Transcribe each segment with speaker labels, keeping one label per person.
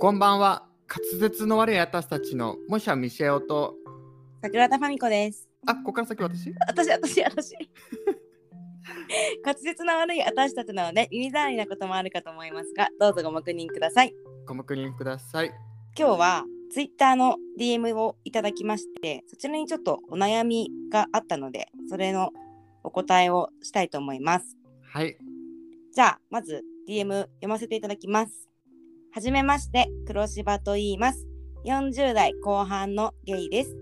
Speaker 1: こんばんは。滑舌の悪い私たちのもしはミシェオと。
Speaker 2: 桜田ファミコです。
Speaker 1: あ、ここから先私
Speaker 2: 私、私、私。 滑舌の悪い私たちなので耳障りなこともあるかと思いますがどうぞご黙認ください
Speaker 1: ご黙認ください。
Speaker 2: 今日は Twitter の DM をいただきましてそちらにちょっとお悩みがあったのでそれのお答えをしたいと思います
Speaker 1: はい。
Speaker 2: じゃあまず DM 読ませていただきますはじめまして黒柴と言います40代後半のゲイです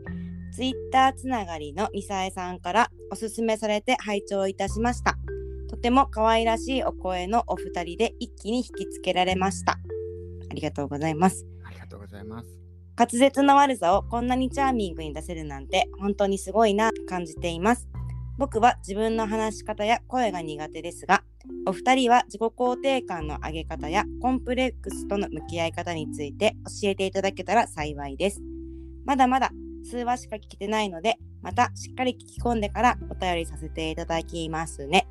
Speaker 2: ツイッターつながりのミサエさんからおすすめされて拝聴いたしましたとても可愛らしいお声のお二人で一気に引きつけられましたありがとうございます
Speaker 1: ありがとうございます。
Speaker 2: 滑舌の悪さをこんなにチャーミングに出せるなんて本当にすごいなと感じています僕は自分の話し方や声が苦手ですがお二人は自己肯定感の上げ方やコンプレックスとの向き合い方について教えていただけたら幸いですまだまだ数話しか聞けてないのでまたしっかり聞き込んでからお便りさせていただきますね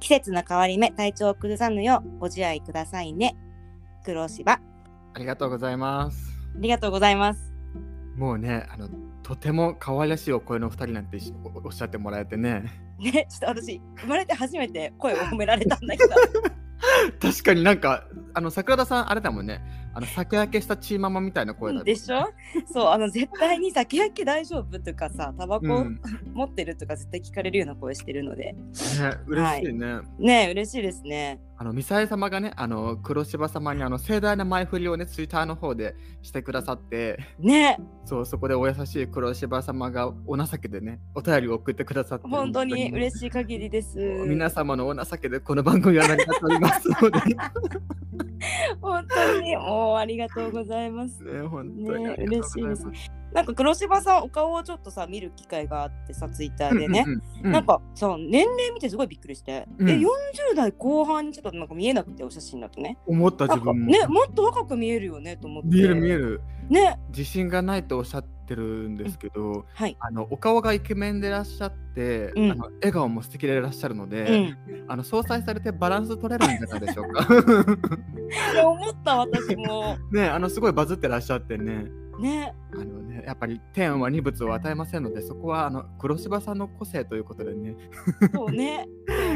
Speaker 2: 季節の変わり目体調を崩さぬようご自愛くださいね黒芝あ
Speaker 1: ありがとうございます。
Speaker 2: りがとうございます
Speaker 1: もうね、あの、とても可愛らしいお声の二人なんてしおおっしゃってもらえてね。
Speaker 2: ね、ちょっと私生まれて初めて声を褒められたんだけど
Speaker 1: 確かになんか、あの、桜田さん、あれだもんね。あの、酒焼けしたチーママみたいな 声だ、
Speaker 2: でしょそうあの絶対に酒焼け大丈夫とかさタバ
Speaker 1: う
Speaker 2: コ
Speaker 1: ん、ね、
Speaker 2: 持ってるとか絶対聞かれるような声してるので、
Speaker 1: 嬉しいね。
Speaker 2: ねえ嬉しいですね
Speaker 1: あのミサエ様がね、あの黒柴様にあの盛大な前振りをね、ツイッターの方でしてくださって、
Speaker 2: ね
Speaker 1: そうそこでお優しい黒柴様がお情けでね、お便りを送ってくださって、
Speaker 2: 本当に嬉しい限りです
Speaker 1: 皆様のお情けでこの番組は成り立っておりますので、
Speaker 2: 本当にもうありがとうございます
Speaker 1: ね、本当に、
Speaker 2: ね
Speaker 1: ありがとうござ
Speaker 2: 嬉しい
Speaker 1: ま
Speaker 2: なんか黒柴さんお顔をちょっとさ見る機会があってさツイッターでね、
Speaker 1: うんうんうんうん
Speaker 2: なんかさ年齢見てすごいびっくりして、
Speaker 1: うん
Speaker 2: え40代後半にちょっとなんか見えなくてお写真だとね
Speaker 1: 思った
Speaker 2: な
Speaker 1: 自
Speaker 2: んか
Speaker 1: 分も。
Speaker 2: ねもっと若く見えるよねと思って
Speaker 1: 見える見える。
Speaker 2: ね
Speaker 1: 自信がないとおっしゃってるんですけど、
Speaker 2: はい
Speaker 1: あのお顔がイケメンでいらっしゃって、
Speaker 2: うん
Speaker 1: あの笑顔も素敵でいらっしゃるので、
Speaker 2: うん
Speaker 1: あの相殺されてバランス取れるんじゃないでしょうか。
Speaker 2: いや思った私も
Speaker 1: ねあのすごいバズってらっしゃってね。
Speaker 2: ね
Speaker 1: あのねやっぱり天は二物を与えませんのでそこはあの黒柴さんの個性ということでね
Speaker 2: そうね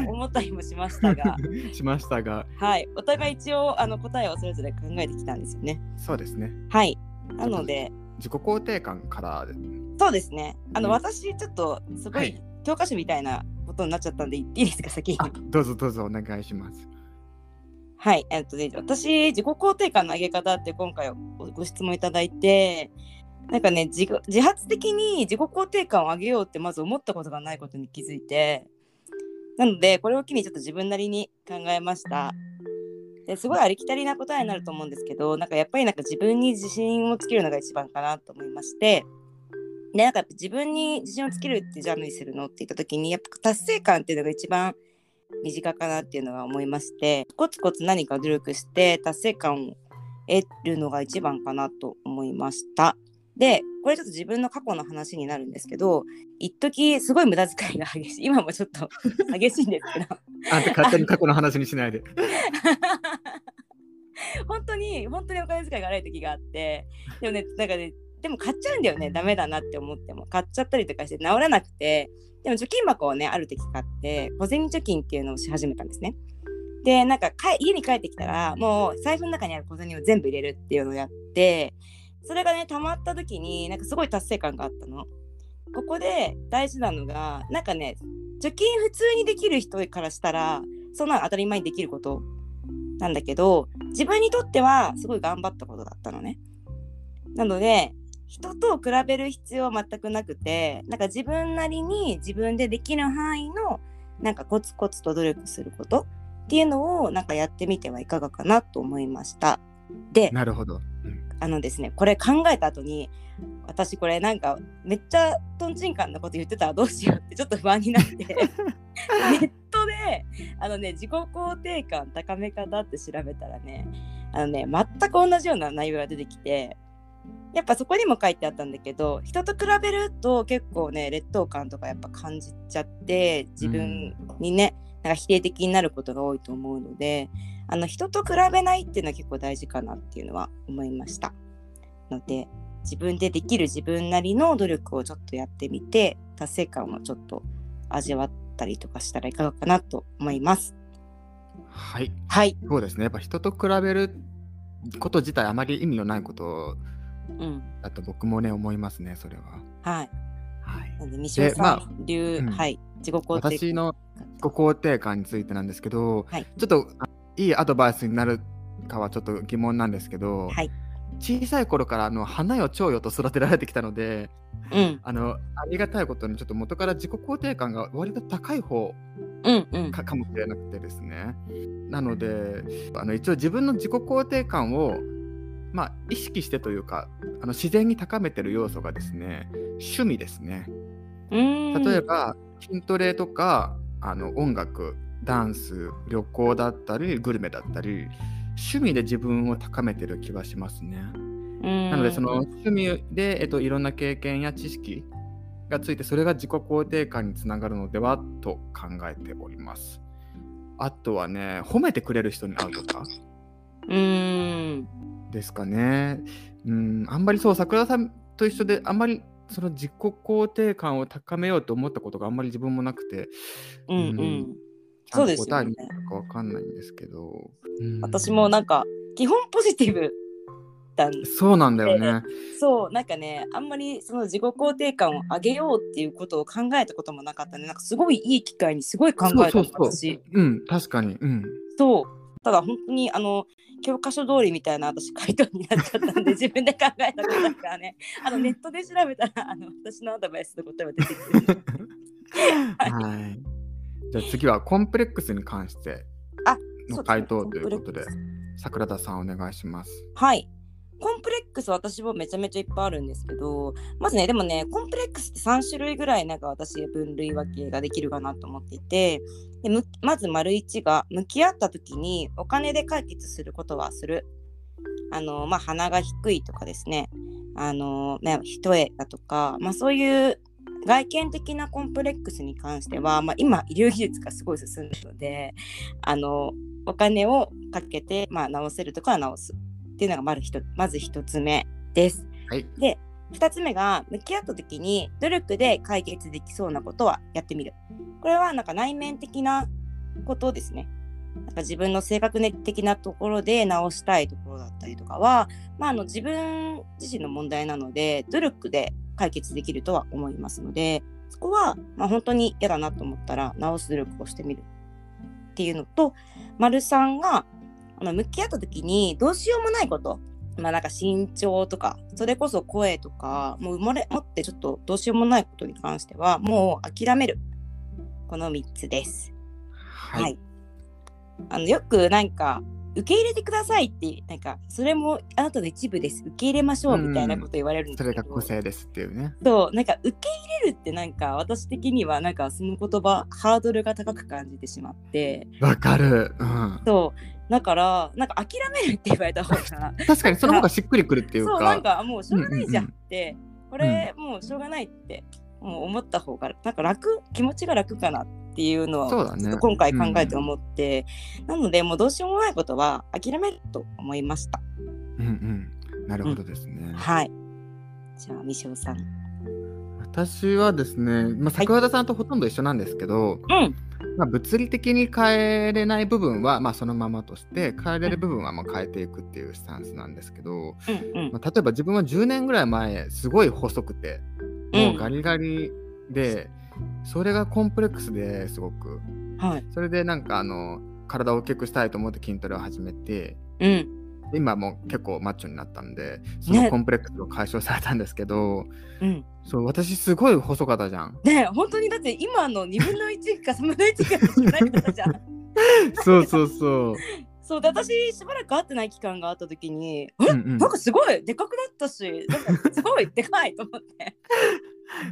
Speaker 2: 思ったりもしました が
Speaker 1: しましたが
Speaker 2: はいお互い一応あの答えをそれぞれ考えてきたんですよね
Speaker 1: そうですね
Speaker 2: はいなので
Speaker 1: 自己肯定感からです
Speaker 2: そうですねあの、
Speaker 1: うん
Speaker 2: 私ちょっとすご
Speaker 1: はいい
Speaker 2: 教科書みたいなことになっちゃったんで言っていいですか先
Speaker 1: あどうぞどうぞお願いします
Speaker 2: はいえっとね私自己肯定感の上げ方って今回ごご質問いただいてなんかね自己自発的に自己肯定感を上げようってまず思ったことがないことに気づいてなのでこれを機にちょっと自分なりに考えましたですごいありきたりな答えになると思うんですけどなんかやっぱりなんか自分に自信をつけるのが一番かなと思いましてでなんかやっぱ自分に自信をつけるってじゃあ何するのって言った時にやっぱ達成感っていうのが一番身近かなっていうのが思いましてコツコツ何か努力して達成感を得るのが一番かなと思いました。でこれちょっと自分の過去の話になるんですけど一時すごい無駄遣いが激しい今もちょっと激しいんですけど
Speaker 1: あんた勝手に過去の話にしないで
Speaker 2: 本当に本当にお金遣いが荒い時があってでもねなんかねでも買っちゃうんだよねダメだなって思っても買っちゃったりとかして治らなくてでも貯金箱をねある時買って小銭貯金っていうのをし始めたんですねでなんかかえ家に帰ってきたらもう財布の中にある小銭を全部入れるっていうのをやってそれがね溜まった時になんかすごい達成感があったのここで大事なのがなんかね貯金普通にできる人からしたらそんなの当たり前にできることなんだけど自分にとってはすごい頑張ったことだったのね。なので人と比べる必要は全くなくてなんか自分なりに自分でできる範囲のなんかコツコツと努力することっていうのをなんかやってみてはいかがかなと思いました。で
Speaker 1: なるほど、
Speaker 2: あのですねこれ考えた後に私これなんかめっちゃとんちんかんなこと言ってたらどうしようってちょっと不安になってネットであのね自己肯定感高め方って調べたらねあのね全く同じような内容が出てきてやっぱそこにも書いてあったんだけど人と比べると結構ね劣等感とかやっぱ感じちゃって自分にね、なんか否定的になることが多いと思うのであの人と比べないっていうのは結構大事かなっていうのは思いましたので自分でできる自分なりの努力をちょっとやってみて達成感をちょっと味わったりとかしたらいかがかなと思います
Speaker 1: はい。
Speaker 2: はい、
Speaker 1: そうですね。やっぱ人と比べること自体あまり意味のないこと
Speaker 2: うん、
Speaker 1: だと僕もね、思いますね、それは。
Speaker 2: はい
Speaker 1: はい。
Speaker 2: なんで三島さん、
Speaker 1: まあ
Speaker 2: 流、
Speaker 1: うん
Speaker 2: はい自己肯定
Speaker 1: 私の自己肯定感についてなんですけど、
Speaker 2: はい
Speaker 1: ちょっとあいいアドバイスになるかはちょっと疑問なんですけど、
Speaker 2: はい
Speaker 1: 小さい頃からあの花よ蝶よと育てられてきたので
Speaker 2: うん
Speaker 1: あのありがたいことにちょっと元から自己肯定感が割と高い方
Speaker 2: うんうん
Speaker 1: かかもしれなくてですねなのであの一応自分の自己肯定感をまあ意識してというかあの自然に高めてる要素がですね趣味ですね
Speaker 2: うーん
Speaker 1: 例えば筋トレとかあの音楽ダンス旅行だったりグルメだったり趣味で自分を高めてる気はしますね。な
Speaker 2: な
Speaker 1: のでその趣味で、えっと、いろんな経験や知識がついてそれが自己肯定感につながるのではと考えております。あとはね褒めてくれる人に会うとか
Speaker 2: うーん
Speaker 1: ですかね。うんあんまりそう桜田さんと一緒であんまりその自己肯定感を高めようと思ったことがあんまり自分もなくて
Speaker 2: うんう
Speaker 1: うんんちゃ
Speaker 2: そうんで
Speaker 1: と
Speaker 2: す
Speaker 1: 答
Speaker 2: よ
Speaker 1: え
Speaker 2: ね
Speaker 1: になるかわかんないんですけど、うん
Speaker 2: 私もなんか基本ポジティブだん
Speaker 1: そうなんだよね。
Speaker 2: そうなんかねあんまりその自己肯定感を上げようっていうことを考えたこともなかったねなんかすごいいい機会にすごい考えたの
Speaker 1: そうそうそう
Speaker 2: 私
Speaker 1: うん確かに、うん、
Speaker 2: そうただ本当にあの教科書通りみたいな私回答になっちゃったん で自分で考えたことだからねあのネットで調べたらあの私のアドバイスの答えは出てくる
Speaker 1: はい。じゃあ次はコンプレックスに関して
Speaker 2: あ
Speaker 1: の回答ということで、桜田さんお願いします。
Speaker 2: はい。コンプレックス私もめちゃめちゃいっぱいあるんですけど、まずね、でもね、コンプレックスって3種類ぐらいなんか私分類分けができるかなと思っていて、でむまず丸1が、向き合った時にお金で解決することはする。あの、まあ、鼻が低いとかですね、あの、まあ、一重だとか、まあ、そういう外見的なコンプレックスに関しては、まあ、今医療技術がすごい進んでるので、あの、お金をかけて、まあ、直せるとこは直す。っていうのがまず一まず一つ目です。
Speaker 1: はい。
Speaker 2: 二つ目が向き合った時に努力で解決できそうなことはやってみる。これはなんか内面的なことですね。なんか自分の性格的なところで直したいところだったりとかは、まあ、あの自分自身の問題なので努力で解決できるとは思いますのでそこは、まあ、本当に嫌だなと思ったら直す努力をしてみるっていうのと丸さんがあの向き合った時にどうしようもないことまあなんか身長とかそれこそ声とかもう生まれ持ってちょっとどうしようもないことに関してはもう諦めるこの3つです。
Speaker 1: は
Speaker 2: はい、あのよくなんか受け入れてくださいってなんかそれもあなたの一部です受け入れましょうみたいなこと言われるんで
Speaker 1: そ
Speaker 2: す
Speaker 1: れ
Speaker 2: け
Speaker 1: が
Speaker 2: ど、
Speaker 1: 個性ですっていうね。
Speaker 2: そうなんか受け入れるってなんか私的にはなんかその言葉ハードルが高く感じてしまって
Speaker 1: わかる。うん。
Speaker 2: そうだからなんか諦めるって言われた方が
Speaker 1: 確かにその方がしっくりくるっていう
Speaker 2: そうなん
Speaker 1: か。
Speaker 2: かもうしょうがないじゃん
Speaker 1: うんう
Speaker 2: って、これもうしょうがないってもう思った方がなんか楽気持ちが楽かなっていうの
Speaker 1: そう
Speaker 2: を
Speaker 1: だね
Speaker 2: ちょっと今回考えて思って、なのでもうどうしようもないことは諦めると思いました
Speaker 1: うんうん。なるほどですね。
Speaker 2: はいじゃあみしおさん
Speaker 1: 私はですね、まあ、桜田さんとほとんど一緒なんですけど、
Speaker 2: うん
Speaker 1: まあ、物理的に変えれない部分は、まあ、そのままとして変えれる部分はまあ変えていくっていうスタンスなんですけど、
Speaker 2: うんうん
Speaker 1: まあ、例えば自分は10年ぐらい前すごい細くてもうガリガリで、それがコンプレックスですごく
Speaker 2: はい
Speaker 1: それでなんかあの体を大きくしたいと思って筋トレを始めて
Speaker 2: うん
Speaker 1: 今もう結構マッチョになったんでそ
Speaker 2: ね
Speaker 1: のコンプレックスを解消されたんですけど、
Speaker 2: うん
Speaker 1: そう私すごい細かったじゃ ん
Speaker 2: ねえ本当にだって今の2分の1か3分の1かしかなかった じゃん
Speaker 1: そうそうそう
Speaker 2: そうで私しばらく会ってない期間があった時に
Speaker 1: うんうん
Speaker 2: なんかすごいでかくなったしなんかすごいでかいと思って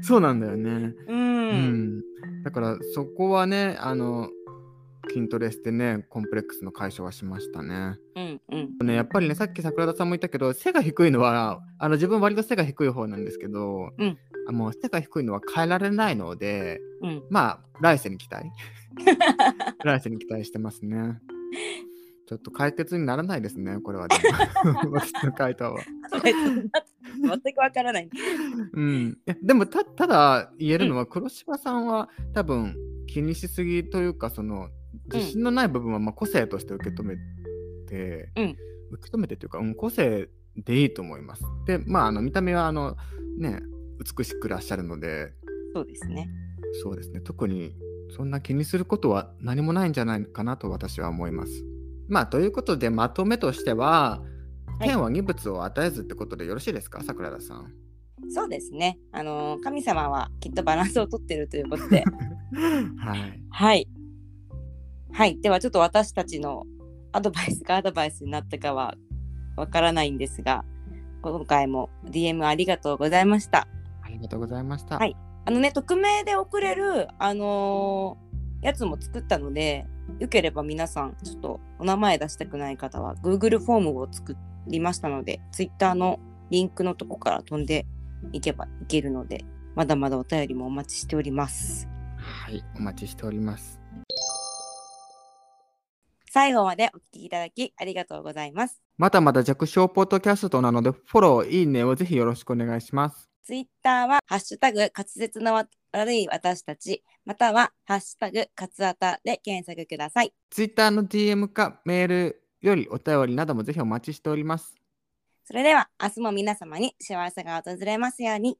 Speaker 1: そうなんだよね、
Speaker 2: うん、
Speaker 1: うんだからそこはねあの筋トレしてねコンプレックスの解消はしましたね。
Speaker 2: うんうん
Speaker 1: ね、やっぱりねさっき桜田さんも言ったけど背が低いのはあの自分割と背が低い方なんですけど、
Speaker 2: うん
Speaker 1: あもう背が低いのは変えられないので、
Speaker 2: うん
Speaker 1: まあ来世に期待 来世に期待してますねちょっと解決にならないですねこれはでも 私の回答は、
Speaker 2: 全くわからない。
Speaker 1: うん、えでもたただ言えるのは黒柴さんは多分気にしすぎというかその自信のない部分はまあ個性として受け止めて、
Speaker 2: うん
Speaker 1: 受け止めてというか、うん、個性でいいと思いますでまああの見た目はあのね美しくらっしゃるので
Speaker 2: そうですね。
Speaker 1: そうですね。特にそんな気にすることは何もないんじゃないかなと私は思います。まあということでまとめとしては、
Speaker 2: はい
Speaker 1: 天は二物を与えずってことでよろしいですか、桜田さん。
Speaker 2: そうですね。あの神様はきっとバランスをとってるということ で。
Speaker 1: はい。
Speaker 2: はい。はい。ではちょっと私たちのアドバイスがアドバイスになったかはわからないんですが、今回も DM ありがとうございました。
Speaker 1: ありがとうございました。
Speaker 2: はいあのね、匿名で送れる、あのーやつも作ったので、よければ皆さん、ちょっとお名前出したくない方は、Google フォームを作りましたので、Twitter のリンクのとこから飛んでいけばいけるので、まだまだお便りもお待ちしております。
Speaker 1: はい。お待ちしております。
Speaker 2: 最後までお聞きいただきありがとうございます。
Speaker 1: まだまだ弱小ポッドキャストなので、フォロー、いいねをぜひよろしくお願いします。
Speaker 2: ツイッターは、ハッシュタグ、滑舌のわ悪い私たち、または、ハッシュタグ、カツアタで検索ください。
Speaker 1: Twitter の DM かメールよりお便りなどもぜひお待ちしております。
Speaker 2: それでは、明日も皆様に幸せが訪れますように。